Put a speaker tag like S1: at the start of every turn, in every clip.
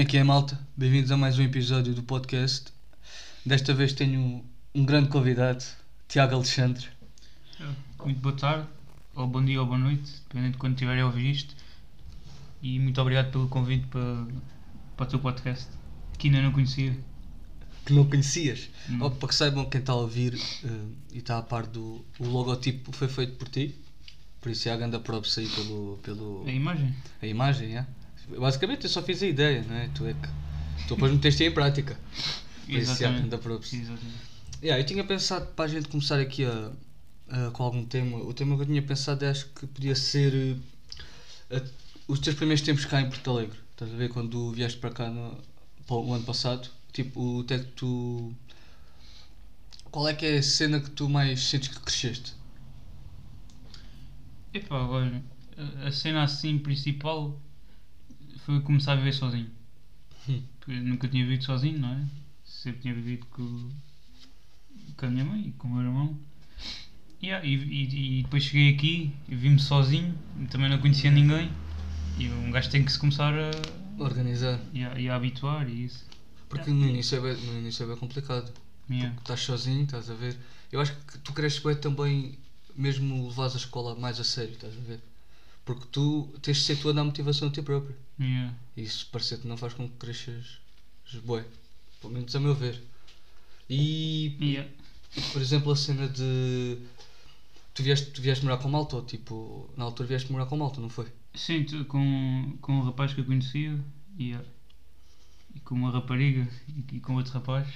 S1: Aqui é malta, bem-vindos a mais um episódio do podcast. Desta vez tenho um grande convidado, Tiago Alexandre.
S2: É. Muito boa tarde, ou bom dia ou boa noite, dependendo de quando estiverem a ouvir isto. E muito obrigado pelo convite para, para o teu podcast, que ainda não conhecia.
S1: Que não conhecias?
S2: Não.
S1: Oh, para que saibam quem está a ouvir eh, e está a par do o logotipo foi feito por ti, por isso é a grande props aí pelo, pelo,
S2: A imagem?
S1: a imagem. É? Basicamente eu só fiz a ideia, não é? Tu é que tu depois meteste em prática. Por isso é a grande props.
S2: Exatamente.
S1: Yeah, eu tinha pensado para a gente começar aqui a, a- com algum tema. O tema que eu tinha pensado é, acho que podia ser eh, a- os teus primeiros tempos cá em Porto Alegre. Estás a ver quando vieste para cá no, para o ano passado? Tipo, o que é que tu. Qual é que é a cena que tu mais sentes que cresceste?
S2: Epá, olha, a- a cena assim principal foi começar a viver sozinho.
S1: Hum.
S2: Porque eu nunca tinha vivido sozinho, não é? Sempre tinha vivido com, com a minha mãe e com o meu irmão. Yeah, e, e- e depois cheguei aqui e vim-me sozinho, também não conhecia ninguém. E um gajo tem que se começar a,
S1: Organizar.
S2: e a, e a habituar e isso.
S1: Porque no início é bem, no início é bem complicado.
S2: Yeah.
S1: Porque estás sozinho, estás a ver? Eu acho que tu cresces bem também, mesmo levas a escola mais a sério, estás a ver? Porque tu tens de ser tu a dar motivação a ti próprio.
S2: Yeah.
S1: Isso parecer que não faz com que cresças bué. Pelo menos a meu ver. E,
S2: Yeah.
S1: por exemplo, a cena de. Tu vieste, tu vieste morar com malta, ou tipo. Na altura vieste morar com malta, não foi?
S2: Sim, tu- com, com um rapaz que eu conhecia yeah. e com uma rapariga e, e com outro rapaz.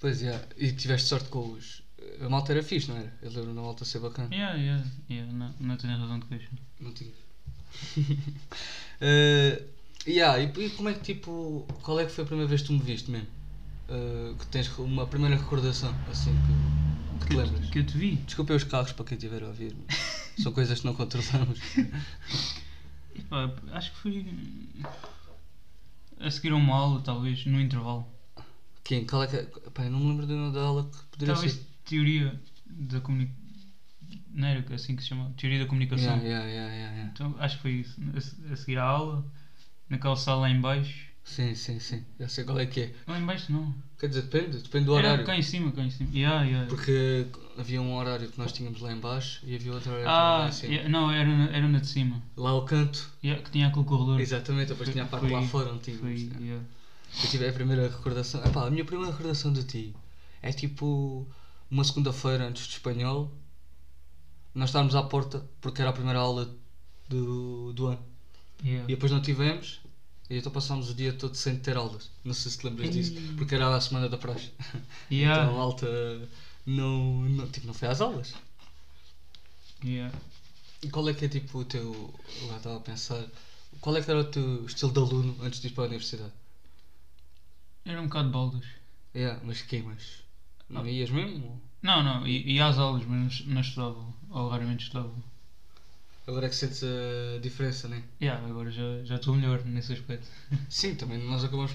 S1: Pois é. E tiveste sorte com os. A malta era fixe, não era? Eu lembro da malta ser bacana.
S2: Yeah, yeah, yeah, não, não tenho razão de queixa.
S1: Não tinha. Eh, yeah, e, e como é que tipo. Qual é que foi a primeira vez que tu me viste mesmo? Eh, que tens uma primeira recordação, assim, que, que te lembras?
S2: Que eu te vi.
S1: Desculpem os carros para quem estiver a ouvir. São coisas que não controlamos.
S2: Epá, acho que foi a seguir a uma aula, talvez, no intervalo.
S1: Quem? Qual é que é? Pá, eu não me lembro do nome da aula que poderia
S2: talvez
S1: ser.
S2: teoria da comunicação. Não era assim que se chama? Teoria da comunicação.
S1: Yeah, yeah, yeah, yeah, yeah.
S2: Então acho que foi isso. A se- A seguir à aula, naquela sala lá em baixo.
S1: Sim, sim, sim. Já sei qual é que é.
S2: Lá em baixo não.
S1: Quer dizer, depende, depende do
S2: Era
S1: horário.
S2: cá em cima, cá em cima. Yeah, yeah.
S1: Porque havia um horário que nós tínhamos lá em baixo e havia outro horário que
S2: Ah,
S1: lá em cima.
S2: yeah, não, era, na- era na de cima.
S1: Lá ao canto.
S2: Yeah, que tinha aquele corredor.
S1: Exatamente, depois
S2: Foi-
S1: tinha a parte lá
S2: foi-
S1: fora onde
S2: Foi,
S1: tínhamos. né?
S2: yeah.
S1: Eu tive a primeira recordação. Epá, a minha primeira recordação de ti é tipo uma segunda-feira antes de espanhol. Nós estávamos à porta porque era a primeira aula do, do ano.
S2: Yeah.
S1: E depois não tivemos. E então passámos o dia todo sem ter aulas. Não sei se te lembras disso,
S2: Ei.
S1: porque era a semana da praxe.
S2: Yeah.
S1: Então a alta não, não, tipo, não foi às aulas.
S2: Yeah.
S1: E qual é que é tipo o teu. Eu já estava a pensar. Qual é que era o teu estilo de aluno antes de ir para a universidade?
S2: Era um bocado baldas.
S1: Yeah, mas queimas. Não
S2: Ah.
S1: ias mesmo?
S2: Não, não, e, e às aulas, mas não estudava, ou raramente estudava.
S1: Agora é que sentes a diferença, né?
S2: Yeah, agora já já estou melhor nesse aspecto.
S1: Sim, também nós acabamos.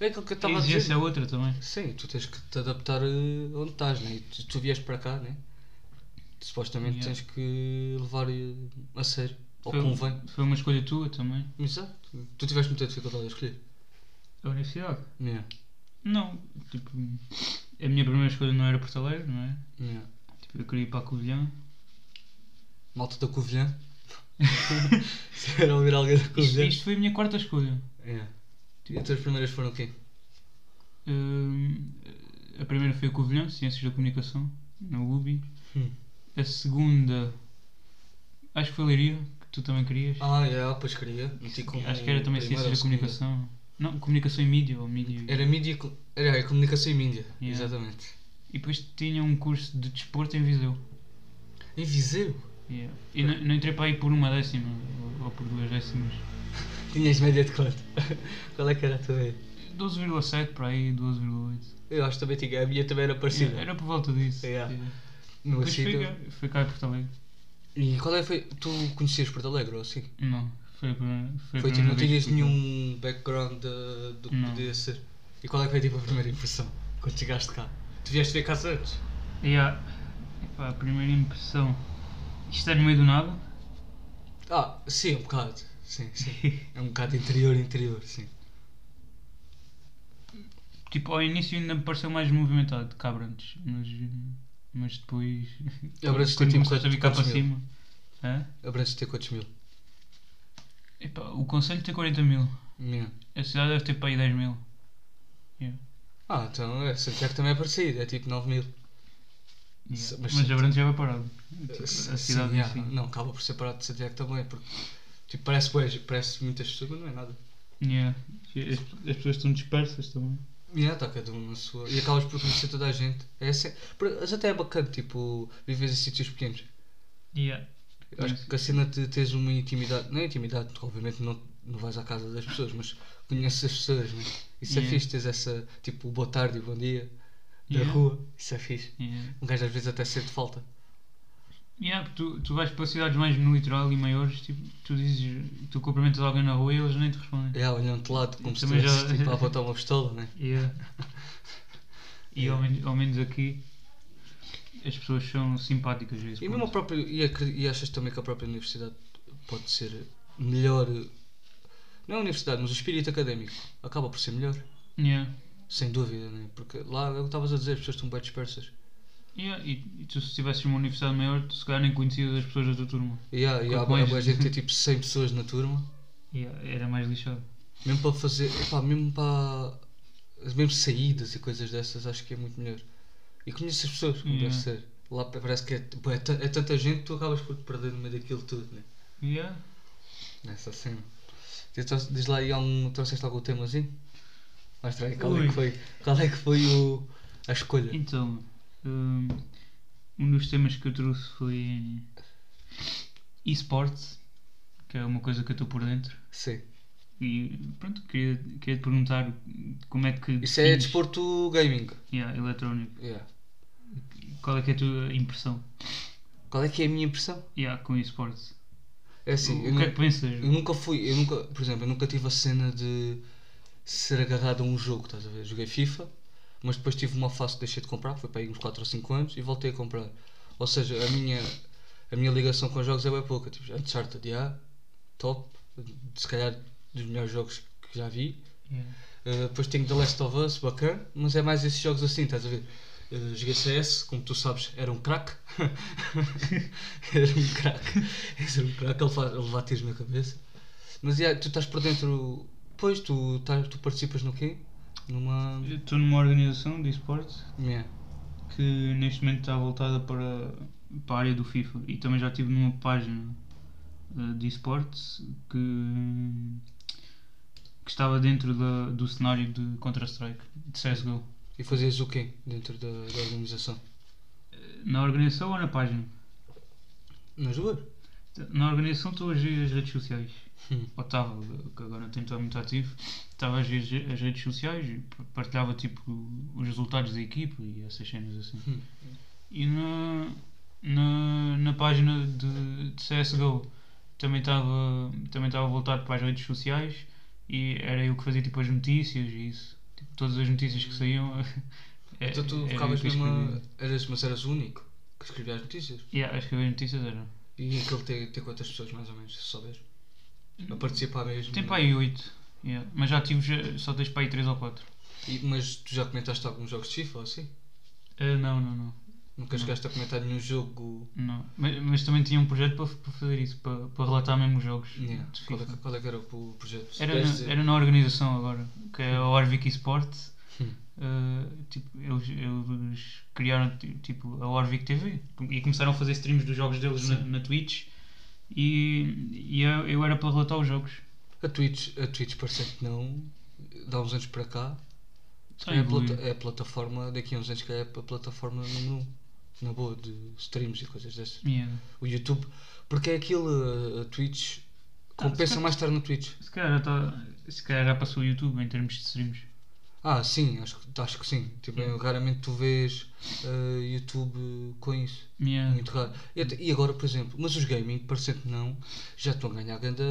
S1: É aquilo que eu
S2: A
S1: estava a
S2: exigência
S1: dizer.
S2: é outra também.
S1: Sim, tu tens que te adaptar eh, onde estás, né? E tu, tu vieste para cá, né? Supostamente
S2: Yeah.
S1: tens que levar eh, a sério. Ou
S2: Foi, um
S1: convém.
S2: foi uma escolha tua também.
S1: Exato. Tu tiveste muita dificuldade a escolher.
S2: A universidade?
S1: Yeah.
S2: Não, tipo, a minha primeira escolha não era Porto Alegre, não é?
S1: Yeah.
S2: Tipo, eu queria ir para a Covilhã.
S1: Malta da Covilhã. Se era ouvir alguém da
S2: Isto,
S1: Covilhã.
S2: isto foi a minha quarta escolha.
S1: Yeah. E as tuas primeiras foram o quê?
S2: Hum, a primeira foi a Covilhã, Ciências da Comunicação, na UBI.
S1: Hum.
S2: A segunda, acho que foi Leiria, que tu também querias.
S1: Ah, yeah, pois queria. Meti como
S2: acho que era também
S1: primeira
S2: Ciências da
S1: ou segunda.
S2: Comunicação. Não, Comunicação e Mídia, ou Mídia.
S1: Era mídia. e co- Era a comunicação e mídia.
S2: Yeah.
S1: Exatamente.
S2: E depois tinha um curso de desporto em Viseu.
S1: Em Viseu?
S2: Yeah. E não, não entrei para aí por uma décima, ou, ou por duas décimas.
S1: Tinhas média de quanto? Qual é que era a tua média?
S2: 12,7 para aí, 12,8.
S1: Eu acho que também tinha. A minha também era parecida.
S2: Yeah, Era por volta disso.
S1: Yeah.
S2: Yeah.
S1: No
S2: Depois
S1: Assis,
S2: fui
S1: eu-
S2: cá, fui cá em Porto Alegre.
S1: E qual é que foi. Tu conhecias Porto Alegre ou assim?
S2: Não, foi a primeira, foi a
S1: Foi tipo,
S2: primeira
S1: não
S2: vez
S1: tinhas
S2: que fui cá.
S1: nenhum background de- do que
S2: Uhum. Não.
S1: podia ser. E qual é que foi tipo a primeira impressão quando chegaste cá? Tu vieste ver casa antes?
S2: Yeah. Epá, a primeira impressão. Isto é no meio do nada.
S1: Ah, sim, um bocado. Sim, sim. É um bocado interior, interior, sim.
S2: Tipo, ao início ainda me pareceu mais movimentado que Abrantes, mas, mas depois.
S1: Abrantes tem
S2: quando
S1: tipo
S2: começaste a
S1: quantos-
S2: vir cá para
S1: quantos mil?
S2: cima. Hã?
S1: Abrantes tem quantos mil?
S2: Epá, o Conselho tem 40 mil,
S1: Minha.
S2: a cidade deve ter para aí 10 mil.
S1: Ah, então é, Santiago também é parecido, é tipo 9 mil. Se- mas
S2: Mas,
S1: se-
S2: Abrantes já vai parado. Tipo, a
S1: Sim,
S2: cidade em
S1: yeah,
S2: si.
S1: Não, acaba por ser parado de Santiago também, porque tipo, parece, bué, parece muitas pessoas, mas não é nada.
S2: Yeah. As, as pessoas estão dispersas também.
S1: E é, tá cada um na sua. E acabas por conhecer toda a gente. É assim, por- mas até é bacana, tipo, viver em sítios pequenos.
S2: Yeah.
S1: Eu Acho que a cena de teres uma intimidade, não é intimidade, porque obviamente não, não vais à casa das pessoas, mas conheces as pessoas, né? Isso é
S2: Yeah.
S1: fixe, tens essa, tipo, boa tarde e bom dia da
S2: Yeah.
S1: rua. Isso é fixe.
S2: Yeah.
S1: Um gajo às vezes até sente falta.
S2: Yeah, porque tu, tu vais para cidades mais no litoral e maiores, tipo, tu dizes, tu cumprimentas alguém na rua e eles nem te respondem.
S1: É, olhando de lado, como se
S2: Também já-
S1: estivesse tipo, a apontar uma pistola, né?
S2: Yeah. E
S1: Yeah.
S2: ao, men- ao menos aqui as pessoas são simpáticas. a esse
S1: E mesmo a
S2: ponto.
S1: própria, e, acre- e achas também que a própria universidade pode ser melhor. eh, Não é a universidade, mas o espírito académico acaba por ser melhor.
S2: Yeah.
S1: Sem dúvida, né? Porque lá, é o que estavas a dizer, as pessoas estão bem dispersas.
S2: Yeah, E, e tu, se estivesses numa universidade maior, tu se calhar nem conhecias as pessoas da tua turma.
S1: E há, e há,
S2: Quanto mais-
S1: a gente tem tipo 100 pessoas na turma,
S2: Yeah, era mais lixado.
S1: mesmo para fazer, epá, mesmo para. mesmo saídas e coisas dessas, acho que é muito melhor. E conheces as pessoas, como deve
S2: Yeah.
S1: ser. Lá pa- parece que é, tipo, é, ta- é tanta gente que tu acabas por te perder no meio daquilo tudo, né?
S2: Yeah.
S1: Nessa cena. Diz, diz lá aí, algum, trouxeste algum temazinho? Mostra aí qual é,
S2: Ui.
S1: que foi, qual é que foi o, a escolha.
S2: Então, hum, um dos temas que eu trouxe foi esportes, que é uma coisa que eu estou por dentro.
S1: Sim.
S2: E pronto, queria, queria te perguntar como é que.
S1: Isso é
S2: defines-
S1: desporto gaming.
S2: Yeah, eletrónico.
S1: Yeah.
S2: Qual é que é a tua impressão
S1: Qual é que é a minha impressão?
S2: yeah, com esportes?
S1: É assim,
S2: o
S1: eu
S2: o
S1: não-
S2: que é que pensas?
S1: Eu nunca fui, eu nunca, por exemplo, eu nunca tive a cena de ser agarrado a um jogo, estás a ver? Joguei FIFA, mas depois tive uma fase que deixei de comprar, foi para aí uns 4 ou 5 anos, e voltei a comprar. Ou seja, a minha, a minha ligação com os jogos é bem pouca. Tipo, Uncharted, yeah, top, se calhar dos melhores jogos que já vi.
S2: Yeah.
S1: Uh, depois tenho The Last of Us, bacana, mas é mais esses jogos assim, estás a ver? Uh, joguei CS, como tu sabes, era um craque. era um craque. Era um craque, ele, faz- ele bate tiros na cabeça. Mas yeah, tu estás por dentro. Pois, tu, estás- tu participas no quê? Numa.
S2: Eu Estou numa organização de esportes
S1: Yeah.
S2: que neste momento está voltada para, para a área do FIFA e também já estive numa página eh, de esportes que, que estava dentro da, do cenário de Counter-Strike, de CSGO.
S1: E fazias o quê dentro da, da organização?
S2: Eh, Na organização ou na página?
S1: Nas duas?
S2: Na organização estou a gerir as redes sociais.
S1: Hum.
S2: Ou estava, que agora tem estado muito ativo. Estava a gerir as redes sociais e partilhava tipo os resultados da equipe e essas cenas assim.
S1: Hum.
S2: E na, na, na página de, de CSGO também estava também estava voltado para as redes sociais e era eu que fazia tipo as notícias e isso. Tipo, todas as notícias que saíam. é-
S1: então tu
S2: era eu
S1: ficavas
S2: que
S1: mesmo.
S2: escrevia.
S1: A, eras, mas eras o único que escrevia as notícias.
S2: Yeah, a escrever notícias era.
S1: E aquele tem, tem quantas pessoas mais ou menos, se souberes? A participar mesmo.
S2: Tem
S1: né?
S2: para Tipo aí 8. Mas já tive, já- só tens para aí 3 ou 4.
S1: E- mas tu já comentaste alguns jogos de FIFA ou assim?
S2: não, não, não.
S1: Nunca
S2: Não.
S1: chegaste a comentar nenhum jogo.
S2: não. Mas, mas também tinha um projeto para, para fazer isso, para, para relatar mesmo os jogos.
S1: Yeah.
S2: de
S1: Qual, é,
S2: FIFA.
S1: que- qual é que era o projeto? Se
S2: Era,
S1: pudesses dizer-
S2: na, era na organização agora, que é a Orvic Esports.
S1: Hum.
S2: Uh, tipo, eles, eles criaram ti- tipo, a Orvic TV e começaram a fazer streams dos jogos deles na,
S1: Sim.
S2: na Twitch. E, e eu, eu era para relatar os jogos.
S1: A Twitch, a Twitch parece que não. Dá uns anos para cá.
S2: Está a
S1: É a,
S2: evoluir.
S1: plata- é a plataforma, daqui a uns anos que é a plataforma número 1. Na boa, de streams e coisas dessas.
S2: Yeah.
S1: O YouTube. Porque é aquilo, a, a Twitch.
S2: Ah,
S1: Compensa
S2: sim.
S1: mais estar na Twitch.
S2: Se, calhar já está- se calhar já passou o YouTube em termos de streams.
S1: Ah, sim, acho, que- acho que sim. Tipo,
S2: Hum.
S1: Raramente tu vês ah, YouTube com isso.
S2: Yeah.
S1: Muito raro. E, até- e agora, por exemplo, mas os gaming, parecendo que não, já estão a ganhar ganda.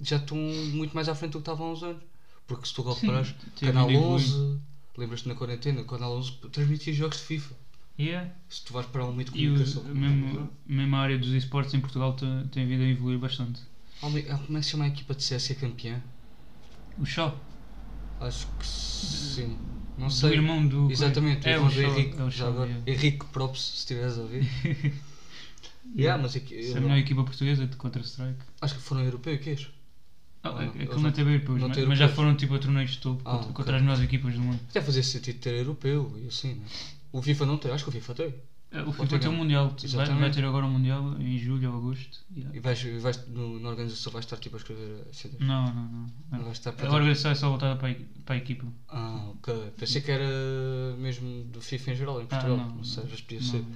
S1: Já estão muito mais à frente do que estavam há uns anos. Porque se tu reparares,
S2: teve
S1: Canal
S2: um evoluir.
S1: 11, lembras-te na quarentena, Canal 11 transmitia jogos de FIFA.
S2: Yeah.
S1: Se tu vais para um meio de
S2: E o,
S1: comunicação. como
S2: mesmo, mesmo a área dos esportes em Portugal tem, tem vindo a evoluir bastante.
S1: é que chama a equipa de CS que é campeã?
S2: O Chá,
S1: Acho que sim. Não
S2: Do
S1: sei.
S2: irmão do-
S1: Exatamente, o
S2: É,
S1: irmão
S2: o
S1: do
S2: Shaw-
S1: Henrique.
S2: é
S1: já
S2: o Shaw,
S1: agora.
S2: yeah.
S1: Henrique Props, se estiveres a ouvir. yeah, mas aqui, eu
S2: Se É a
S1: não-
S2: melhor equipa portuguesa de Counter-Strike.
S1: acho que é foram europeus.
S2: Ah,
S1: Não,
S2: aquilo
S1: eles
S2: não
S1: não-
S2: teve europeus,
S1: não
S2: mas,
S1: tem
S2: mas já
S1: europeus.
S2: foram tipo a torneios de topo
S1: Ah,
S2: contra,
S1: ok. Ah,
S2: contra as melhores equipas do mundo.
S1: Até fazia sentido ter europeu e assim, né? O FIFA não tem, acho que o FIFA tem.
S2: Ah, O
S1: Ontem
S2: FIFA tem o
S1: não.
S2: Mundial, vai- vai,
S1: Exatamente.
S2: ter agora o Mundial em julho ou agosto. Yeah.
S1: E vais, e vais no- na organização vais estar tipo a escrever eh, cenas.
S2: Não, não, não.
S1: Não vais estar
S2: Agora vai ser só voltada para a, equi- para a equipa.
S1: Ah, ok. Pensei que era mesmo do FIFA em geral, em
S2: Ah,
S1: Portugal. não, sei, mas podia ser.
S2: não.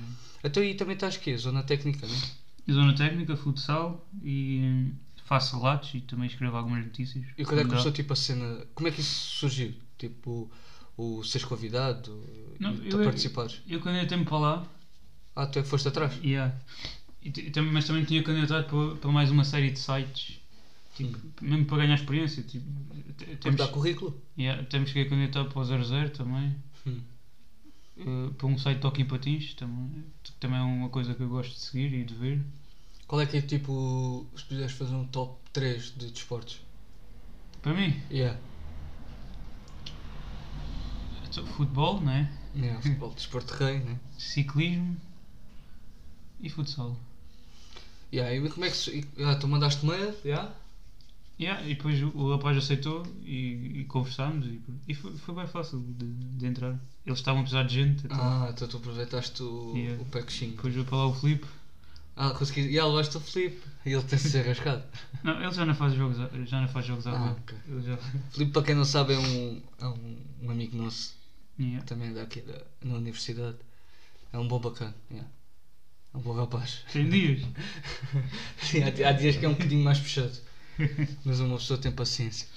S1: Então e também estás quê? Zona técnica, né?
S2: E Zona técnica, futsal e hum, faço relatos e também escrevo algumas notícias.
S1: E quando é que
S2: Não dá.
S1: começou tipo a cena. Como é que isso surgiu? Tipo, o, o seres convidado
S2: Não,
S1: e
S2: eu-
S1: tu a participares?
S2: Eu candidatei-me para lá,
S1: Ah, tu é que foste atrás?
S2: yeah. E t- tam- mas também tinha candidatado para, para mais uma série de sites, tipo, mesmo para ganhar experiência. Tipo, t-
S1: Temos
S2: temos,
S1: dar currículo?
S2: yeah, temos que candidatar para o 00 também,
S1: Hum.
S2: eh, para um site de Toque em Patins, também, que também é uma coisa que eu gosto de seguir e de ver.
S1: Qual é que é tipo. Se puderes fazer um top 3 de desportos?
S2: Para mim,
S1: Yeah.
S2: é só futebol, né?
S1: yeah É, futebol, desporto rei, né?
S2: ciclismo e futsal.
S1: Yeah, e como é que. se- e- Ah, tu mandaste mail? Yeah?
S2: Yeah, e depois o, o rapaz aceitou e, e conversámos e, pr- e foi, foi bem fácil de, de entrar. Eles estavam a precisar de gente, então.
S1: Ah, então tu aproveitaste o,
S2: Yeah.
S1: o pacotinho.
S2: depois veio para lá o Filipe.
S1: Ah, consegui. E yeah, levaste o Filipe. E ele tem de ser arrascado.
S2: Não, ele já não faz jogos, a- já não faz jogos à
S1: Ah,
S2: rua.
S1: ok.
S2: Ele já...
S1: Filipe, para quem não sabe, é um, é um, um amigo nosso.
S2: Yeah.
S1: Também daqui da, na universidade. É um bom bacana. yeah. É um bom rapaz.
S2: Tem dias.
S1: Sim, há, di- há dias que é um bocadinho mais puxado. Mas uma pessoa tem paciência.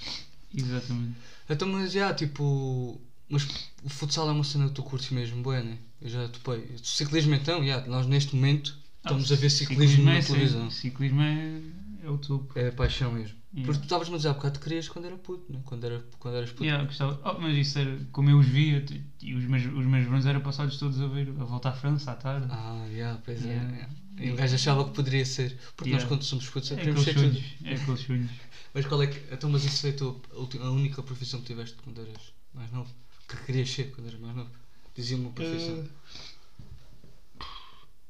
S2: Exatamente.
S1: Então, mas já, tipo. Mas o futsal é uma cena que tu curtes mesmo, boa, né? Eu já topei. Ciclismo, então, já, nós neste momento estamos a ver ciclismo,
S2: é
S1: na
S2: sim,
S1: televisão.
S2: Ciclismo é, é o topo.
S1: É paixão mesmo.
S2: Yeah.
S1: Porque tu estavas-me a dizer há bocado que querias quando era puto, né? Quando, era, quando eras puto.
S2: Yeah, gostava. Oh, mas isso era como eu os via t- e os meus, os meus verões eram passados todos a ver a volta à França à tarde.
S1: Ah, yeah, pois
S2: Yeah.
S1: é. é. E o gajo achava que poderia ser. Porque nós
S2: Yeah.
S1: quando somos putos
S2: é
S1: queremos
S2: aqueles
S1: ser tudo.
S2: sonhos. É aqueles sonhos.
S1: Mas qual é que. Então, mas isso foi a, tua, a, ulti- a única profissão que tiveste quando eras mais novo? Que querias ser quando eras mais novo? Dizia-me uma profissão.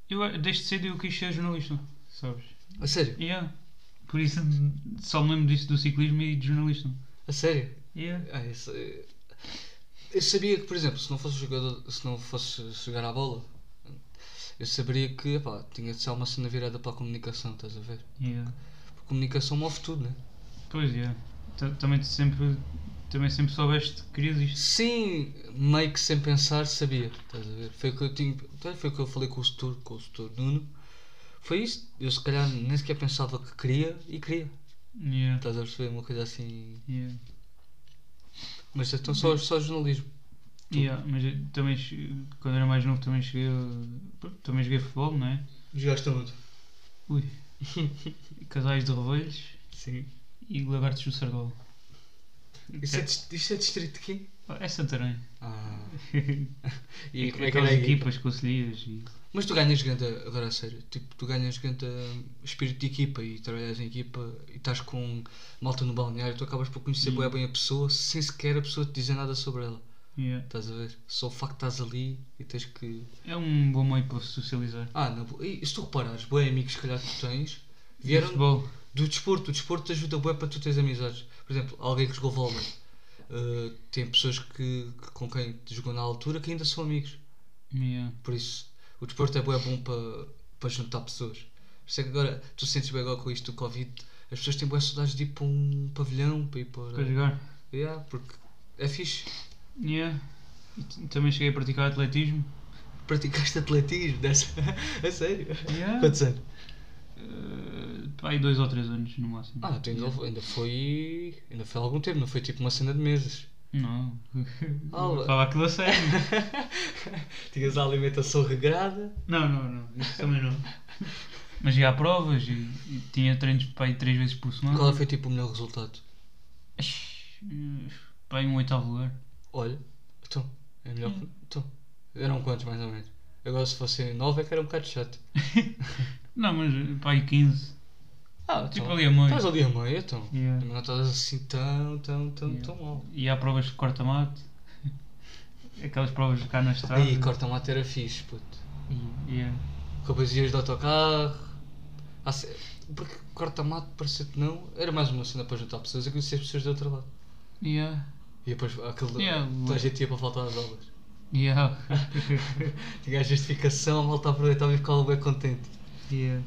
S2: Eu, eh, desde cedo eu quis ser jornalista, sabes?
S1: A sério?
S2: Yeah. Por isso só me lembro disso do ciclismo e de jornalista.
S1: A sério?
S2: Yeah.
S1: Ah, isso, eh, eu sabia que, por exemplo, se não fosse jogador, se não fosse jogar à bola, eu saberia que epá, tinha de ser uma cena virada para a comunicação, estás a ver?
S2: Yeah.
S1: Porque comunicação move tudo, né?
S2: Pois é. Ta- Também te sempre, também sempre soubeste que querias isto.
S1: Sim, meio que sem pensar sabia, estás a ver? Foi o que eu tinha, até foi o que eu falei com o setor, com o setor Nuno. Foi isso, eu se calhar nem sequer pensava que queria e queria.
S2: Yeah.
S1: Estás a perceber uma coisa assim.
S2: Yeah.
S1: Mas então só, só jornalismo.
S2: Yeah, Mas eu também che- quando era mais novo também cheguei a- pronto, também joguei futebol, não é?
S1: Jogaste muito?
S2: Ui. Casais de revelhos
S1: Sim.
S2: e lagartos do Sardol.
S1: Isso é, dis- isso é distrito de quê?
S2: É Santarém.
S1: Ah.
S2: E
S1: E como é que
S2: aquelas
S1: era aqui?
S2: equipas, conselheiras e.
S1: Mas tu ganhas grande, agora a sério, tipo, tu ganhas grande hum, espírito de equipa e trabalhas em equipa e estás com malta no balneário, tu acabas por conhecer
S2: Hum.
S1: bué bem a pessoa sem sequer a pessoa te dizer nada sobre ela.
S2: Yeah.
S1: Estás a ver? Só o facto de estás ali e tens que.
S2: É um bom meio para se socializar.
S1: Ah, na boa. E se tu reparares, bué amigos se calhar que tu tens
S2: Do
S1: vieram
S2: futebol.
S1: do desporto. O desporto te ajuda bué para tu teres amizades. Por exemplo, alguém que jogou vôlei. Uh, tem pessoas que, que- com quem te jogou na altura que ainda são amigos.
S2: Yeah.
S1: Por isso, o desporto é bué bom para, para juntar pessoas. Por isso é que agora tu sentes bem agora com isto do Covid. As pessoas têm boas saudades de ir para um pavilhão, para ir
S2: Para
S1: para.
S2: jogar.
S1: Yeah, porque é fixe.
S2: Yeah. E t- também cheguei a praticar atletismo.
S1: Praticaste atletismo, dessa. a sério.
S2: Yeah.
S1: Quantos anos?
S2: Eh, pá, aí dois ou três anos no máximo.
S1: Ah, tu ainda, ainda foi. Ainda foi há algum tempo, não foi tipo uma cena de meses.
S2: Não.
S1: Ah,
S2: Eu Estava aquilo a sério.
S1: Tinhas a alimentação regrada.
S2: Não, não, não. Isso também não. Mas ia a provas e, e tinha treinos pá, aí três vezes por semana.
S1: Qual foi tipo o melhor resultado?
S2: Eh, Pá, em um oitavo lugar.
S1: Olha, então, é melhor que. Então, eram quantos mais ou menos? Agora se fossem nove é que era um bocado chato.
S2: Não, mas eh, pá, aí 15.
S1: Ah,
S2: Tipo
S1: então,
S2: ali a Hum. meio.
S1: Estás ali a meio, então.
S2: Yeah.
S1: Também não estás assim tão, tão, tão,
S2: Yeah.
S1: tão mal.
S2: E há provas de corta-mato. Aquelas provas cá na estrada.
S1: Aí, corta uma era fixe, puto.
S2: E- yeah.
S1: Rapazias de autocarro. Ah, se- Porque corta-mato, parecia que não. Era mais uma cena para juntar pessoas e conhecer pessoas de outro lado.
S2: Yeah.
S1: E depois aquele.
S2: Yeah,
S1: toda a gente ia para faltar às aulas.
S2: Yeah.
S1: Tinha a justificação, a malta aproveitava e ficava bem contente.
S2: yeah.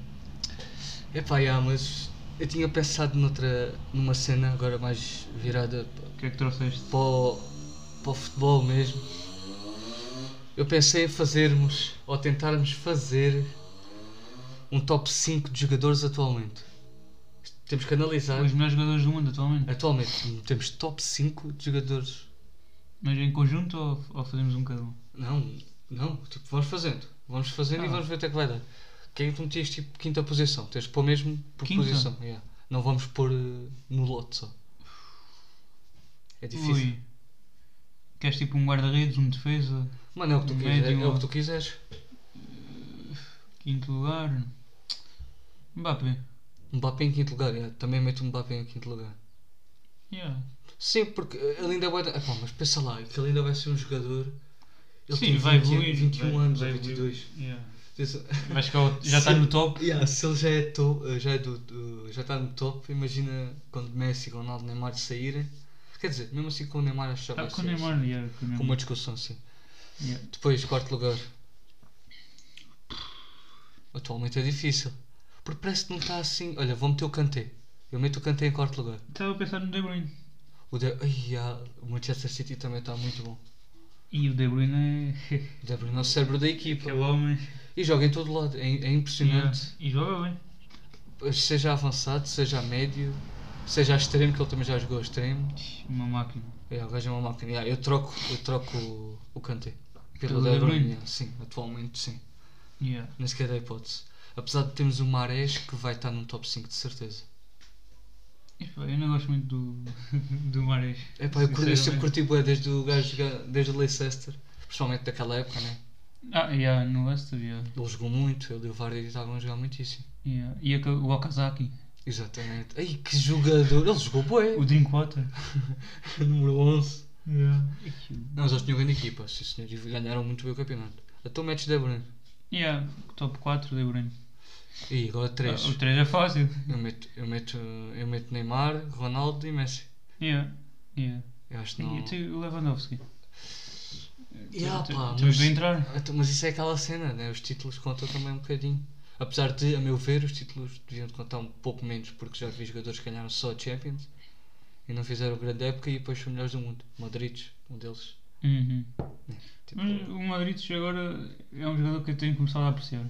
S1: Epá, yeah, mas eu tinha pensado noutra, numa cena agora mais virada
S2: O que é que trouxeste?
S1: para o, para o futebol mesmo. Eu pensei em fazermos, ou tentarmos fazer, um top 5 de jogadores atualmente. Temos que analisar.
S2: Os melhores jogadores do mundo atualmente.
S1: Atualmente temos top 5 de jogadores.
S2: Mas em conjunto ou, ou fazemos um cada um?
S1: Não, não, tipo, vamos fazendo. Vamos fazendo e
S2: Ah.
S1: vamos ver até que vai dar. Quem é que tu metias tipo quinta posição? Tens de pôr mesmo por
S2: Quinta?
S1: posição. yeah. Não vamos pôr eh, no lote só. É difícil.
S2: Ui. Queres tipo um guarda-redes, um defesa,
S1: Mano, é o que tu
S2: Médio,
S1: quiseres. É,
S2: ó.
S1: o que tu quiseres.
S2: quinto lugar. Mbappé.
S1: Mbappé um em quinto lugar, yeah. também meto Mbappé em quinto lugar.
S2: Yeah.
S1: Sim, porque eh, ele ainda é vai. Epá, Ah, mas pensa lá, que ele ainda vai ser um jogador. Ele
S2: Sim,
S1: tem um,
S2: vai
S1: 20
S2: evoluir.
S1: 21
S2: vai-
S1: anos
S2: vai
S1: ou
S2: evoluir.
S1: 22.
S2: Yeah.
S1: Pensa-
S2: Mas que é o- já está
S1: Se-
S2: no top.
S1: Yeah, se ele já é, to, já, é do, do- já está no top, imagina quando Messi, Ronaldo, Neymar saírem. Quer dizer, mesmo assim com o Neymar acho que já
S2: Está
S1: vai
S2: Ah, Tá com o
S1: ser
S2: Neymar. Yeah, com o
S1: isso.
S2: Neymar.
S1: Uma discussão, sim.
S2: Yeah.
S1: Depois, quarto lugar. Atualmente é difícil. Porque parece que não está assim. Olha, vou meter o Kanté. Eu meto o Kanté em quarto lugar.
S2: Estava a pensar no De Bruyne.
S1: O, de... Ai, ah, o Manchester City também está muito bom.
S2: E o De Bruyne é
S1: O De Bruyne é o cérebro da equipa.
S2: aquele homem.
S1: E joga em todo lado. É, é
S2: Yeah.
S1: impressionante.
S2: E joga bem.
S1: Seja avançado, seja médio, seja extremo, que ele também já jogou extremo.
S2: Uma máquina.
S1: É, o gajo é uma máquina. Yeah, eu troco, eu troco o, o Kanté. Pelo
S2: Pelo De
S1: De
S2: Bruyne.
S1: Bruyne, yeah, sim, atualmente sim.
S2: Yeah.
S1: Nem sequer dá hipótese. Apesar de termos o Mares que vai estar num top 5 de certeza.
S2: Epá, Eu não gosto muito do, do Mares.
S1: É pá, eu, curti- eu sempre
S2: sinceramente.
S1: curti bué desde o gajo jogar- desde o Leicester, principalmente daquela época, né?
S2: Ah, yeah, no Leicester, yeah.
S1: Ele jogou muito, ele e o Vardy estavam a jogar muitíssimo.
S2: Yeah. E aquele- o Okazaki,
S1: Exatamente. Ai, que jogador! Ele jogou bué!
S2: o Drinkwater.
S1: Número 11.
S2: Yeah.
S1: Não, mas eles tinham grande equipa, sim senhor, e ganharam muito bem o campeonato. Então metes De Bruyne.
S2: top 4 De Bruyne.
S1: E agora
S2: Ah, o
S1: 3.
S2: 3 é fácil.
S1: Eu meto, eu, meto, eu meto Neymar, Ronaldo e Messi.
S2: Yeah. Yeah.
S1: Eu acho que não.
S2: E tem o Lewandowski.
S1: Yeah,
S2: Tem-
S1: pá,
S2: Temos
S1: mas-
S2: de entrar.
S1: Então, Mas isso é aquela cena, né? Os títulos contam também um bocadinho. Apesar de, a meu ver, os títulos deviam contar um pouco menos, porque já vi jogadores que ganharam só a Champions e não fizeram grande época e depois são melhores do mundo. Madrid, um deles.
S2: Uhum.
S1: Tipo,
S2: Mas o Madrid agora é um jogador que eu tenho começado a apreciar.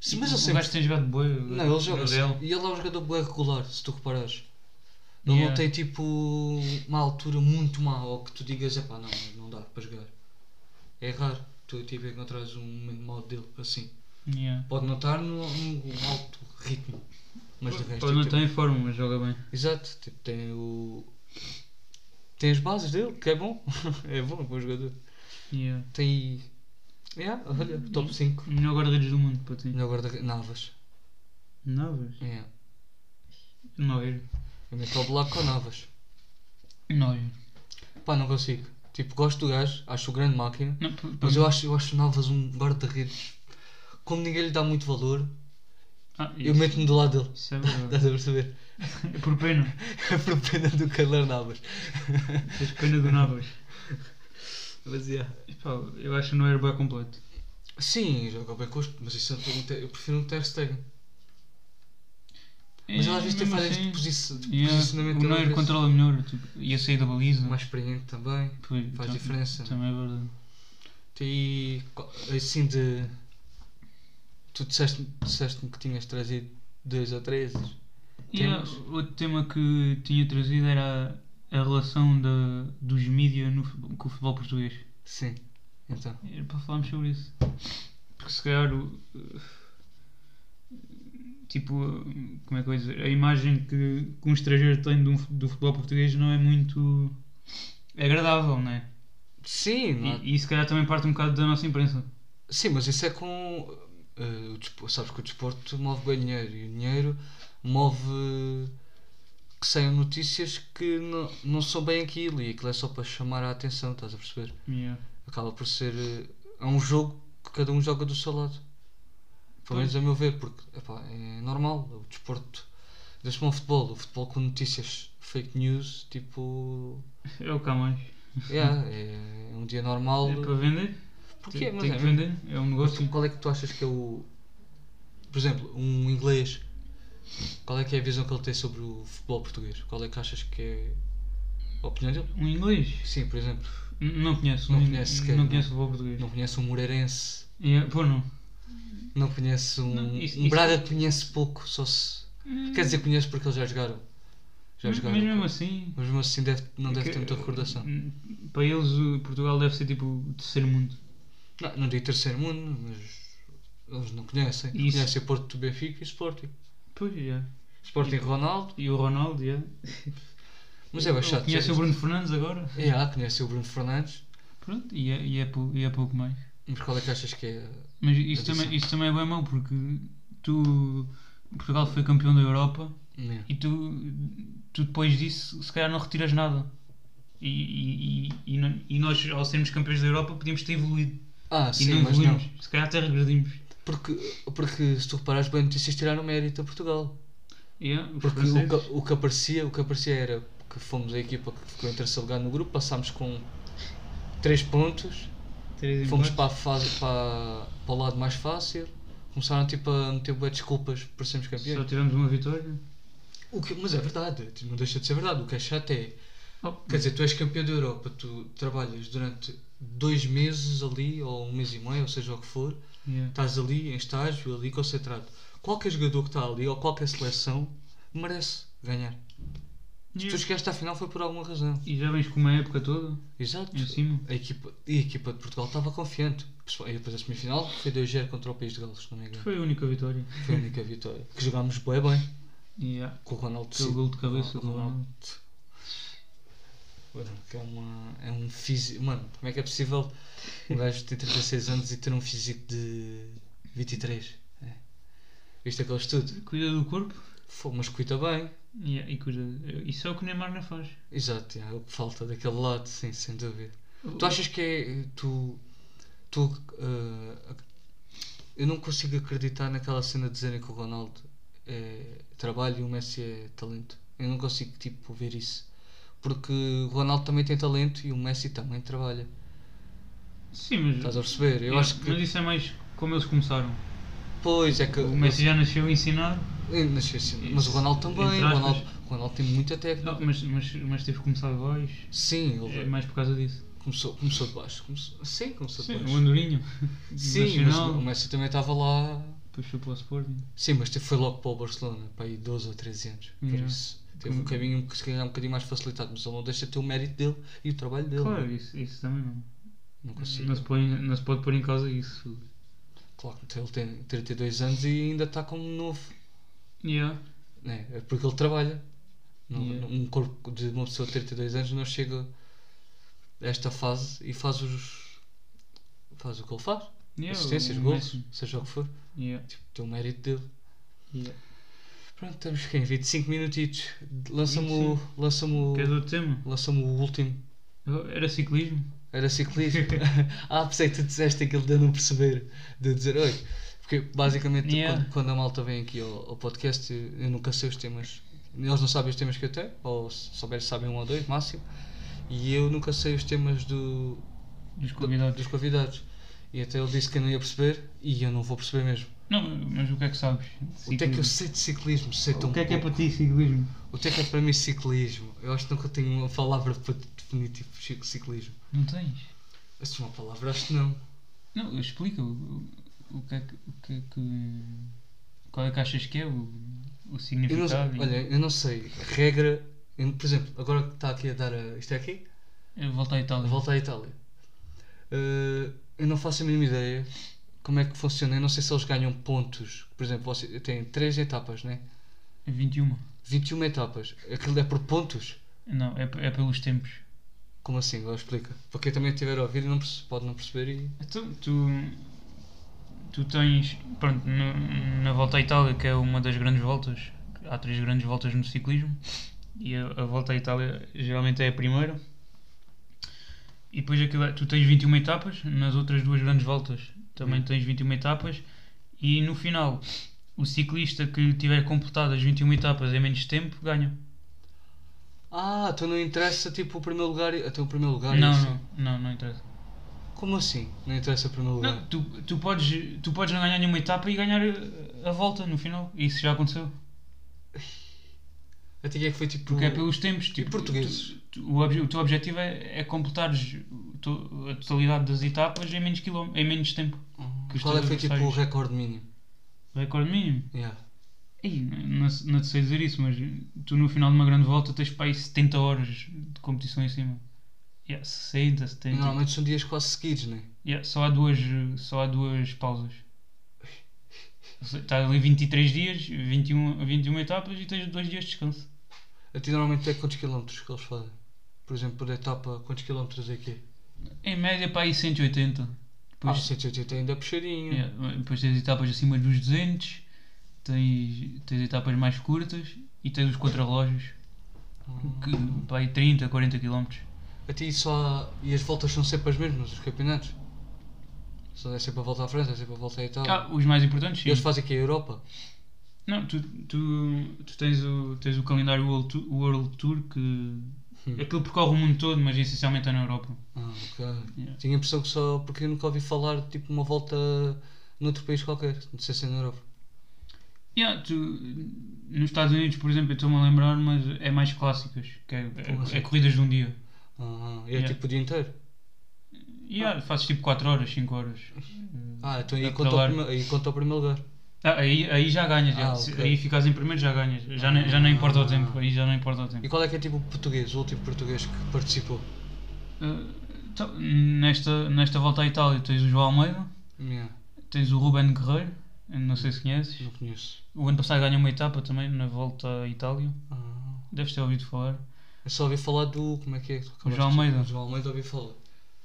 S1: sim, mas eu
S2: o
S1: sempre.
S2: Um gajo tem jogado boi.
S1: Não, ele joga. E ele é um jogador bem regular, se tu reparares. Ele
S2: Yeah.
S1: não tem tipo uma altura muito má ou que tu digas, epá, não, não dá para jogar. É raro. Tu tipo, encontrares um momento mau dele assim.
S2: Yeah.
S1: Pode não estar num num um alto ritmo. Mas de resto.
S2: Pô, não
S1: tipo,
S2: tem forma, mas joga bem.
S1: Exato, tipo, tem o. Tem as bases dele, que é bom. é bom, bom jogador.
S2: Yeah.
S1: Tem. Yeah, olha, top 5.
S2: O melhor guarda-redes do mundo para ti.
S1: Melhor guarda Navas.
S2: Novas?
S1: Yeah.
S2: Neuer.
S1: Eu meto o Black com o Navas.
S2: Neuer.
S1: Pá, não consigo. Tipo, gosto do gajo, acho o grande máquina.
S2: Não, p-
S1: Mas
S2: p-
S1: eu acho, eu acho o Navas um guarda-redes. Como ninguém lhe dá muito valor,
S2: Ah,
S1: eu
S2: isso,
S1: meto-me do lado dele.
S2: isso é verdade.
S1: Estás a perceber?
S2: É por pena.
S1: É por pena do Keller Navas.
S2: Tens pena do Navas.
S1: Mas yeah.
S2: Epá, eu acho o Neuer bem completo.
S1: Sim, joga bem com os. Mas isso é um Ter- eu prefiro um Ter Stegen. Mas ele às vezes tem
S2: mesmo
S1: falhas de,
S2: assim,
S1: posi- de
S2: yeah,
S1: posicionamento.
S2: O
S1: ele às
S2: Neuer
S1: vezes-
S2: controla melhor tipo, e a saída da baliza.
S1: Mais experiente também.
S2: Pois,
S1: faz
S2: tam-
S1: diferença, né?
S2: Também é verdade.
S1: E co- assim de. Tu disseste- disseste-me que tinhas trazido dois ou três.
S2: E há
S1: Temos-
S2: outro tema que tinha trazido era a relação da, dos mídias no fut- com o futebol português.
S1: Sim. Então.
S2: Era para falarmos sobre isso. Porque se calhar o. eh, Tipo, como é que eu ia dizer? A imagem que, que um estrangeiro tem de um fu- do futebol português não é muito agradável, né?
S1: Sim, não é? há-
S2: E, e se calhar também parte um bocado da nossa imprensa.
S1: sim, mas isso é com. eh, o despo- sabes que o desporto move bem dinheiro e o dinheiro move que saiam notícias que não, não são bem aquilo e aquilo é só para chamar a atenção, estás a perceber?
S2: Yeah.
S1: acaba por ser. eh, É um jogo que cada um joga do seu lado. Pelo menos a meu ver, porque epá, é normal. O desporto. Deixa-me ao futebol. O futebol com notícias fake news, tipo.
S2: É o que há mais.
S1: yeah, é, é um dia normal.
S2: É para vender?
S1: Porquê?
S2: Tem-
S1: Mas
S2: tem
S1: é
S2: que
S1: mesmo.
S2: vender? É um
S1: Mas
S2: negócio.
S1: tu- qual é que tu achas que é o. Por exemplo, um inglês. Qual é que é a visão que ele tem sobre o futebol português? Qual é que achas que é a opinião dele?
S2: Um inglês?
S1: Sim, por exemplo,
S2: N- Não conheço.
S1: Não
S2: um-
S1: conhece sequer,
S2: Não
S1: não. é?
S2: conheço o futebol português.
S1: não conhece um Moreirense
S2: Yeah, pô, não.
S1: Não conhece um.
S2: Não, isso- é
S1: um
S2: isso-
S1: Braga conhece pouco, só se. Quer dizer, conhece porque eles já jogaram. Hum, Já
S2: Mas
S1: jogaram.
S2: mas mesmo assim.
S1: Mas mesmo assim deve, não deve ter
S2: que-
S1: muita recordação.
S2: Para eles, o Portugal deve ser tipo o terceiro mundo.
S1: Não, não digo terceiro mundo, mas. Eles não conhecem.
S2: Isso.
S1: Conhecem Porto, Benfica e Sporting.
S2: Pois, yeah.
S1: Sporting Ronaldo,
S2: E o Ronaldo, yeah.
S1: mas é baixado.
S2: Conhece o Bruno Fernandes agora?
S1: É, ah, conhece o Bruno Fernandes.
S2: Pronto, e é, e é, pou- e é pouco mais.
S1: Mas qual é que achas que é.
S2: Mas isso
S1: Atenção.
S2: também, isso também é bem mau porque tu. Portugal foi campeão da Europa
S1: Né?
S2: e tu, tu depois disso se calhar não retiras nada. E, e, e, e não- e nós, ao sermos campeões da Europa, podíamos ter evoluído.
S1: Ah,
S2: e
S1: sim,
S2: não
S1: mas não.
S2: evoluímos. Se calhar até regredimos.
S1: Porque, porque se tu reparares bem, notícias tiraram mérito a Portugal.
S2: Yeah, os
S1: Porque o
S2: franceses.
S1: que, o que aparecia, o que aparecia era que fomos a equipa que ficou em terceiro lugar no grupo, passámos com 3 pontos,
S2: Três
S1: fomos
S2: empates.
S1: para, a fase, para, para o lado mais fácil, começaram tipo, a meter bué desculpas por sermos
S2: Só
S1: campeões.
S2: tivemos uma vitória.
S1: O que, mas é verdade, tipo, não deixa de ser verdade. O que é chato é,
S2: Oh,
S1: quer dizer, tu és campeão da Europa, tu trabalhas durante dois meses ali, ou um mês e meio, ou seja o que for,
S2: yeah.
S1: estás ali em estágio, ali concentrado. Qualquer jogador que está ali, ou qualquer seleção, merece ganhar. Se tu
S2: Yeah.
S1: chegaste à final foi por alguma razão.
S2: E já vens com uma época toda
S1: Exato.
S2: em cima.
S1: A equipa, e a equipa de Portugal estava confiante. Pessoal, E depois a semifinal foi 2-0 contra o País de Gales, se não me engano.
S2: Foi a única vitória.
S1: Foi a única vitória. Que jogámos bem bem.
S2: Yeah.
S1: Com o Ronaldo
S2: Aquele
S1: Silva.
S2: gol de cabeça
S1: Com
S2: do
S1: o Ronaldo.
S2: Ronaldo.
S1: Mano, que é, uma, é um físico. Mano, como é que é possível um gajo ter 36 anos e ter um físico de 23? É. Viste aquele estudo?
S2: Cuida do corpo
S1: Fô, mas cuida bem.
S2: yeah, e cuida. Isso é o que o Neymar não faz.
S1: Exato, é o que falta daquele lado, sim, sem dúvida. Tu achas que é. Tu. Tu. eh, ac- eu não consigo acreditar naquela cena de dizerem que o Ronaldo é trabalho e o Messi é talento. Eu não consigo, tipo, ver isso. Porque o Ronaldo também tem talento e o Messi também trabalha.
S2: Sim, mas.
S1: Estás a perceber? Eu
S2: Yeah,
S1: acho
S2: Mas
S1: que.
S2: isso é mais como eles começaram.
S1: Pois é que.
S2: O Messi já nasceu ensinado.
S1: Eh, não sei se- Mas o Ronaldo também.
S2: Entre
S1: O
S2: aspas.
S1: Ronaldo, o Ronaldo tem muita técnica.
S2: Não, mas, mas, mas teve que começar de baixo.
S1: Sim,
S2: É
S1: ele
S2: mais por causa disso.
S1: começou, começou de baixo. Começou, sim, começou
S2: É, Sim,
S1: de
S2: o
S1: baixo.
S2: Andorinho.
S1: Sim, mas
S2: Nacional.
S1: o Messi também estava lá
S2: Depois foi para o Sporting.
S1: Sim, mas te- foi logo para o Barcelona, para aí 12 ou 13 anos.
S2: Yeah.
S1: Por isso, teve um
S2: Hum. Como-
S1: caminho que se calhar um bocadinho mais facilitado, mas ele não deixa de ter o mérito dele e o trabalho dele.
S2: Claro, isso, isso também não.
S1: Não consigo.
S2: Não se, põe, não se pode pôr em causa isso.
S1: Claro, então ele tem 32 anos e ainda está como novo.
S2: Yeah.
S1: Né? É porque ele trabalha. Não-
S2: Yeah.
S1: Um corpo de uma pessoa de 32 anos não chega a esta fase e faz os. faz o que ele faz.
S2: Yeah,
S1: Assistências,
S2: o
S1: gols,
S2: Messi.
S1: seja o que for.
S2: Yeah.
S1: Tipo, tem o mérito dele.
S2: Yeah.
S1: Pronto, estamos aqui em 25 minutitos. Lança-me o. lança-me o.
S2: Queres é outro tema?
S1: lança-me o último.
S2: Oh, Era ciclismo?
S1: Era ciclismo. ah, pensei que tu disseste aquilo de eu não perceber. De eu dizer, oi. Porque basicamente
S2: Yeah.
S1: quando, quando a malta vem aqui ao, ao podcast, eu, eu nunca sei os temas. Eles não sabem os temas que eu tenho, ou se souber sabem um ou dois, máximo. E eu nunca sei os temas do,
S2: Dos
S1: do-
S2: convidados?
S1: dos convidados. E até ele disse que eu não ia perceber, e eu não vou perceber mesmo.
S2: Não, mas o que é que sabes?
S1: O que é que eu sei de ciclismo? Sei tão
S2: O que é que é
S1: pouco.
S2: para ti ciclismo?
S1: O que é que é para mim ciclismo? Eu acho que nunca tenho uma palavra para definir tipo ci- ciclismo.
S2: Não tens?
S1: Acho que uma palavra, acho que não.
S2: Não, explica o, o, o que é que, o que é que- Qual é que achas que é o, o
S1: Eu não,
S2: significado? e-
S1: olha, eu não sei. Regra. eu- por exemplo, agora que está aqui a dar. A, isto é aqui?
S2: Eu volto à Itália.
S1: Volta à Itália. Eh, eu não faço a mínima ideia como é que funciona. Eu não sei se eles ganham pontos. Por exemplo, você tem 3 etapas, né?
S2: 21.
S1: 21 etapas. Aquilo é por pontos?
S2: Não, é, p- é pelos tempos.
S1: Como assim? Agora explica. Para quem também estiver a ouvir não perce- pode não perceber e.
S2: Então, tu. Tu tens. Pronto, no- na volta à Itália, que é uma das grandes voltas, há três grandes voltas no ciclismo e a, a volta à Itália geralmente é a primeira. E depois aquilo é- tu tens 21 etapas, nas outras duas grandes voltas também
S1: Hum.
S2: tens 21 etapas e no final o ciclista que tiver completado as 21 etapas em menos tempo ganha.
S1: Ah, então não interessa tipo o primeiro lugar. e- Até o primeiro lugar. e
S2: não,
S1: assim.
S2: não, não, não interessa.
S1: Como assim? Não interessa o primeiro lugar.
S2: Não, tu, tu, podes, tu podes não ganhar nenhuma etapa e ganhar a, a volta no final. Isso já aconteceu.
S1: Até que é que foi tipo.
S2: Porque é pelos tempos. Tipo,
S1: portugueses?
S2: tu- tu- o, obje- o teu objetivo é, é completares o to- a totalidade das etapas em menos, quilom- em menos tempo.
S1: Ah,
S2: que os
S1: Qual é que foi
S2: teus
S1: tipo o
S2: adversários-
S1: recorde mínimo?
S2: Recorde mínimo.
S1: Yeah.
S2: Ei, não, não te sei dizer isso, mas tu no final de uma grande volta tens para aí 70 horas de competição em cima. Yeah, 60, 70.
S1: Normalmente são dias quase seguidos, né?
S2: Yeah, só, há duas, eh, só há duas pausas. Ou seja, Está ali 23 dias, 21, 21 etapas e tens dois dias de descanso.
S1: A ti normalmente é quantos quilómetros que eles fazem? Por exemplo, por etapa, quantos quilómetros é que é?
S2: Em média, para aí 180.
S1: Pois. Ah,
S2: Depois,
S1: 180 ainda é puxadinho.
S2: yeah, depois tens etapas acima dos 200, tens, tens etapas mais curtas e tens os contrarrelógios, que
S1: Ah.
S2: para aí 30, 40 km.
S1: A ti só. há- E as voltas são sempre as mesmas, os campeonatos? Só é sempre a volta à França, é sempre a volta à Itália.
S2: Ah, os mais importantes,
S1: e eles
S2: sim.
S1: fazem aqui a Europa?
S2: Não, tu, tu, tu tens, o, tens o calendário World Tour, World Tour que. Aquilo percorre o mundo todo, mas essencialmente é na Europa.
S1: Ah, ok.
S2: Yeah.
S1: Tinha a impressão que só. Porque eu nunca ouvi falar de tipo uma volta noutro país qualquer, não sei se é na Europa.
S2: Yeah, tu, nos Estados Unidos, por exemplo, eu estou-me a lembrar, mas é mais clássicas, que é,
S1: Como
S2: é,
S1: assim?
S2: é corridas de um dia.
S1: Ah, ah, e é
S2: Yeah.
S1: tipo o dia inteiro?
S2: Yeah, Fazes tipo 4 horas, 5 horas.
S1: Ah, então
S2: Dá
S1: aí
S2: para
S1: conta, o
S2: dar.
S1: prime- aí conta o primeiro lugar.
S2: Ah, aí, aí já ganhas, já.
S1: Ah,
S2: Se-
S1: ok.
S2: aí ficas em primeiro já ganhas. Já, ne- já não importa o
S1: Ah.
S2: tempo, aí já não importa o tempo.
S1: E qual é que é tipo o português, o último português que participou?
S2: Ah, então, nesta, nesta volta à Itália tens o João Almeida,
S1: Yeah,
S2: tens o Ruben Guerreiro, não sei se conheces.
S1: não conheço.
S2: O ano passado ganhou uma etapa também na volta à Itália,
S1: Ah,
S2: deves ter ouvido falar.
S1: eu só ouvi falar do. Como é que é? que tu acabaste de
S2: João
S1: dizer?
S2: Almeida.
S1: João Almeida ouvi falar.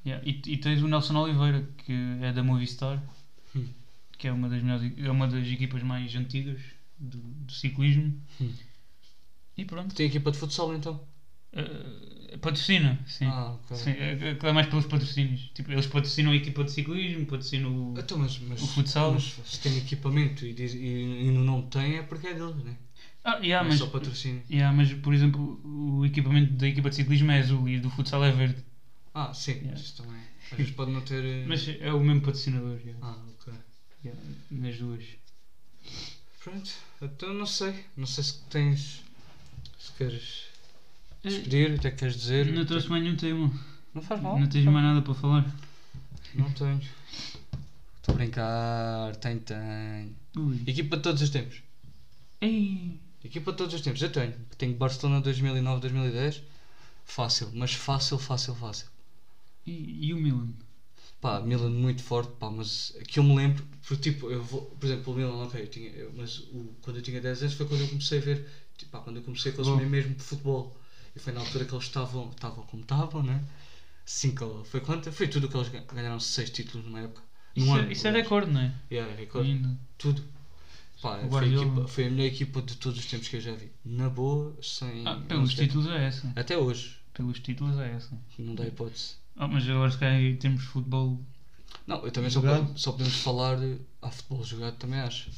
S2: Yeah, E, e tens o Nelson Oliveira, que é da Movistar,
S1: Hum.
S2: que é uma das, melhores, é uma das equipas mais antigas do, do ciclismo.
S1: Hum.
S2: E pronto.
S1: Tem equipa de futsal então?
S2: Eh, patrocina, sim.
S1: Ah, ok.
S2: sim. é- é- é mais pelos patrocínios. Tipo, eles patrocinam a equipa de ciclismo, patrocinam o.
S1: Então, mas, mas,
S2: O futsal.
S1: mas se tem equipamento e, diz- e- e no nome tem é porque é deles, né?
S2: Ah, yeah,
S1: não é
S2: mas,
S1: só patrocínio.
S2: yeah, mas por exemplo, o equipamento da equipa de ciclismo é azul e do futsal é verde.
S1: Ah, sim,
S2: Yeah.
S1: mas isso também. Às vezes pode não ter. eh,
S2: Mas é o mesmo patrocinador, yeah.
S1: Ah, ok.
S2: Yeah, nas duas.
S1: Pronto, então não sei. Não sei se tens. Se queres despedir, o que é que queres dizer.
S2: Eh, Não trouxe mais nenhum tema.
S1: Não faz mal.
S2: Não tens mais nada para falar.
S1: Não tenho. Estou a brincar, tenho, tenho.
S2: Ui.
S1: Equipa de todos os tempos.
S2: Ei.
S1: Equipa de todos os tempos, eu tenho. Tenho Barcelona 2009, 2010. Fácil, mas fácil, fácil, fácil.
S2: E, e o Milan?
S1: Pá, Milan muito forte, pá, mas que eu me lembro, por tipo, eu vou, por exemplo, o Milan, ok, eu tinha, eu- mas o, quando eu tinha 10 anos foi quando eu comecei a ver, tipo, pá, quando eu comecei a consumir
S2: Bom.
S1: mesmo futebol. E foi na altura que eles estavam, estavam como estavam, né? 5, foi quanto? Foi tudo que eles gan- ganharam 6 títulos numa época. Num
S2: Isso,
S1: um ano,
S2: é, isso é
S1: aliás.
S2: recorde, não é?
S1: Yeah, é recorde.
S2: Ainda.
S1: tudo. Pá,
S2: O
S1: foi, a
S2: Guardiola.
S1: equipa- foi a melhor equipa de todos os tempos que eu já vi. Na boa, sem.
S2: Ah,
S1: não
S2: pelos
S1: sei.
S2: títulos é essa.
S1: Até hoje,
S2: Pelos títulos é essa.
S1: não dá hipótese.
S2: Ah, mas agora se calhar em termos de futebol.
S1: Não, eu também só,
S2: Jogado.
S1: pode- só podemos falar. de- Há futebol jogado também, acho.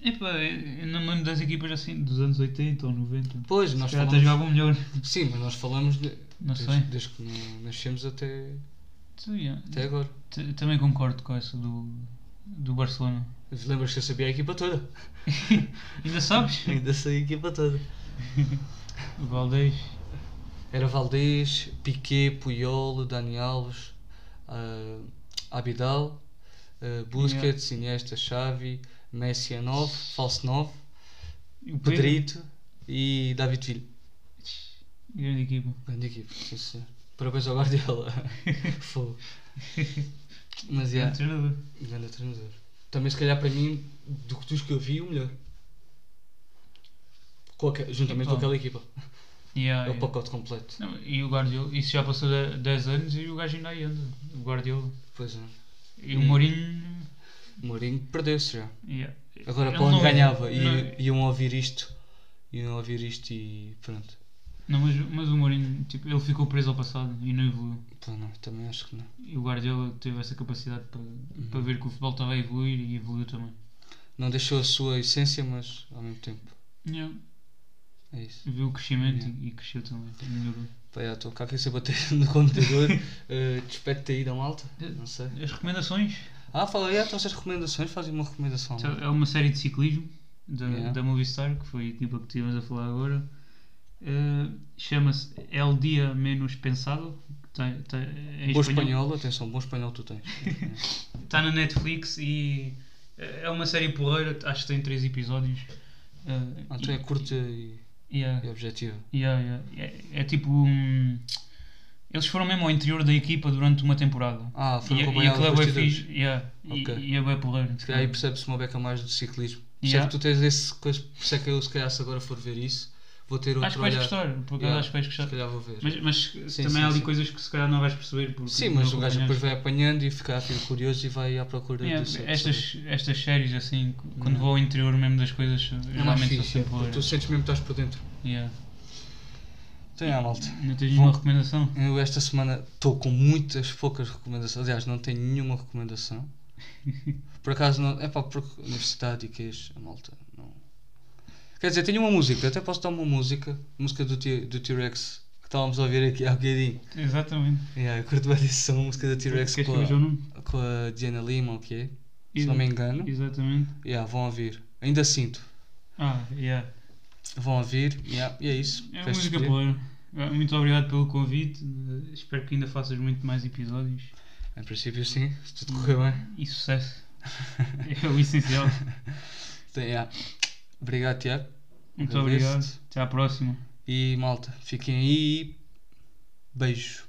S2: Epá, eu não me lembro das equipas assim dos anos 80 ou 90.
S1: Pois,
S2: se
S1: nós
S2: calhar
S1: falamos.
S2: até jogavam melhor.
S1: Sim, mas nós falamos de-
S2: Não
S1: desde,
S2: sei.
S1: desde que na- nascemos até,
S2: Tu, yeah.
S1: até agora.
S2: T- Também concordo com essa do, do Barcelona.
S1: Lembras que eu sabia a equipa toda?
S2: Ainda sabes?
S1: Ainda sei a equipa toda.
S2: o Valdez.
S1: Era Valdez, Piquet, Puyol, Dani Alves, ah, Abidal, ah, Busquets, Iniesta, Xavi, Messi é 9, Falso 9,
S2: e o Pedro.
S1: Pedrito e David Villa.
S2: Grande equipa.
S1: Grande equipa, sim senhor. Parabéns ao Guardiola. Fogo. Mas é,
S2: Grande treinador.
S1: grande treinador. Também se calhar para mim, do que dos que eu vi, o melhor. Com aque- juntamente com
S2: Epá.
S1: aquela equipa.
S2: Yeah,
S1: É o
S2: yeah.
S1: pacote completo.
S2: Não, e o Guardiola. Isso já passou de 10 anos e o gajo ainda aí anda. O Guardiola.
S1: Pois é.
S2: E o Mourinho.
S1: Mourinho perdeu-se já.
S2: Yeah.
S1: Agora
S2: Ele
S1: para onde
S2: não- é,
S1: ganhava
S2: não-
S1: e iam ouvir isto. Iam ouvir isto e pronto.
S2: Não, mas, mas o Mourinho, tipo, ele ficou preso ao passado e não evoluiu.
S1: Pá, não, também acho que não.
S2: E o Guardiola teve essa capacidade para,
S1: Uhum.
S2: para ver que o futebol estava a evoluir e evoluiu também.
S1: Não deixou a sua essência, mas ao mesmo tempo.
S2: Yeah.
S1: É isso.
S2: Viu o crescimento e, e cresceu também. Melhorou.
S1: Pá, já estou cá aqui a bater no computador. Eh, Despede-te aí da malta. Não sei.
S2: As recomendações.
S1: Ah, fala aí, então as recomendações. Fazem uma recomendação.
S2: Então, É uma série de ciclismo da,
S1: Yeah.
S2: da Movistar, que foi a equipa que estivemos a falar agora. Eh, Chama-se El Dia Menos Pensado. Está tá, em
S1: Bom
S2: espanhol.
S1: espanhol, atenção, bom espanhol tu tens.
S2: Está Tá na Netflix e eh, é uma série porreira. Acho que tem três episódios. Eh,
S1: Ah, então é
S2: e-
S1: curta e,
S2: yeah.
S1: e objetiva.
S2: Yeah, yeah. É, é tipo. um, eles foram mesmo ao interior da equipa durante uma temporada.
S1: Ah, foi
S2: e, e
S1: acompanhado
S2: aquilo é
S1: dos
S2: bué
S1: bastidores.
S2: fixe. Yeah.
S1: Ok.
S2: E, e é bem porreiro.
S1: Se calhar aí percebe-se uma beca mais do ciclismo. Por isso é
S2: Yeah.
S1: que tu tens esse coisa, por isso é que eu se calhar se agora for ver isso, vou ter outro
S2: Acho que vais
S1: olhar.
S2: gostar, porque
S1: Yeah,
S2: acho que vais gostar.
S1: Se calhar vou ver.
S2: Mas, mas também
S1: sim,
S2: há ali
S1: sim.
S2: coisas que se calhar não vais perceber. Porque
S1: Sim, mas
S2: não
S1: o gajo depois
S2: acompanhaste.
S1: vai apanhando e fica aquilo curioso e vai à procura
S2: Yeah,
S1: do seu.
S2: estas, estas séries assim, cu- quando
S1: Yeah.
S2: vou ao interior mesmo das coisas,
S1: é mais
S2: geralmente são
S1: fixe, é,
S2: sempre
S1: porque tu
S2: horrores.
S1: sentes mesmo que estás por dentro.
S2: Yeah.
S1: Então é, malta.
S2: Não tens
S1: Bom.
S2: nenhuma recomendação?
S1: Eu esta semana estou com muitas poucas recomendações. Aliás, não tenho nenhuma recomendação. Por acaso não. É pá, porque universidade e queijo, a malta. Não. Quer dizer, tenho uma música, até posso dar uma música, música do T- do T-Rex que estávamos a ouvir aqui há bocadinho.
S2: Exatamente.
S1: Yeah, eu curto bem desse som, música do T-Rex
S2: Queres
S1: com,
S2: que eu veja um? o
S1: a-
S2: nome?
S1: com a Diana Lima, ou o que é? Se não me engano.
S2: Exatamente.
S1: Yeah, vão ouvir. Ainda sinto.
S2: Ah, yeah.
S1: Vão ouvir. Yeah, e é isso.
S2: É uma
S1: Queres
S2: música
S1: despedir?
S2: boa. Ah, Muito obrigado pelo convite. Eh, Espero que ainda faças muito mais episódios.
S1: Em princípio, sim, se tudo correr bem.
S2: E sucesso. É o essencial.
S1: Então, yeah. Obrigado, Tiago.
S2: Muito
S1: Agradeço-te.
S2: obrigado. Até à próxima.
S1: E malta, fiquem aí. Beijo.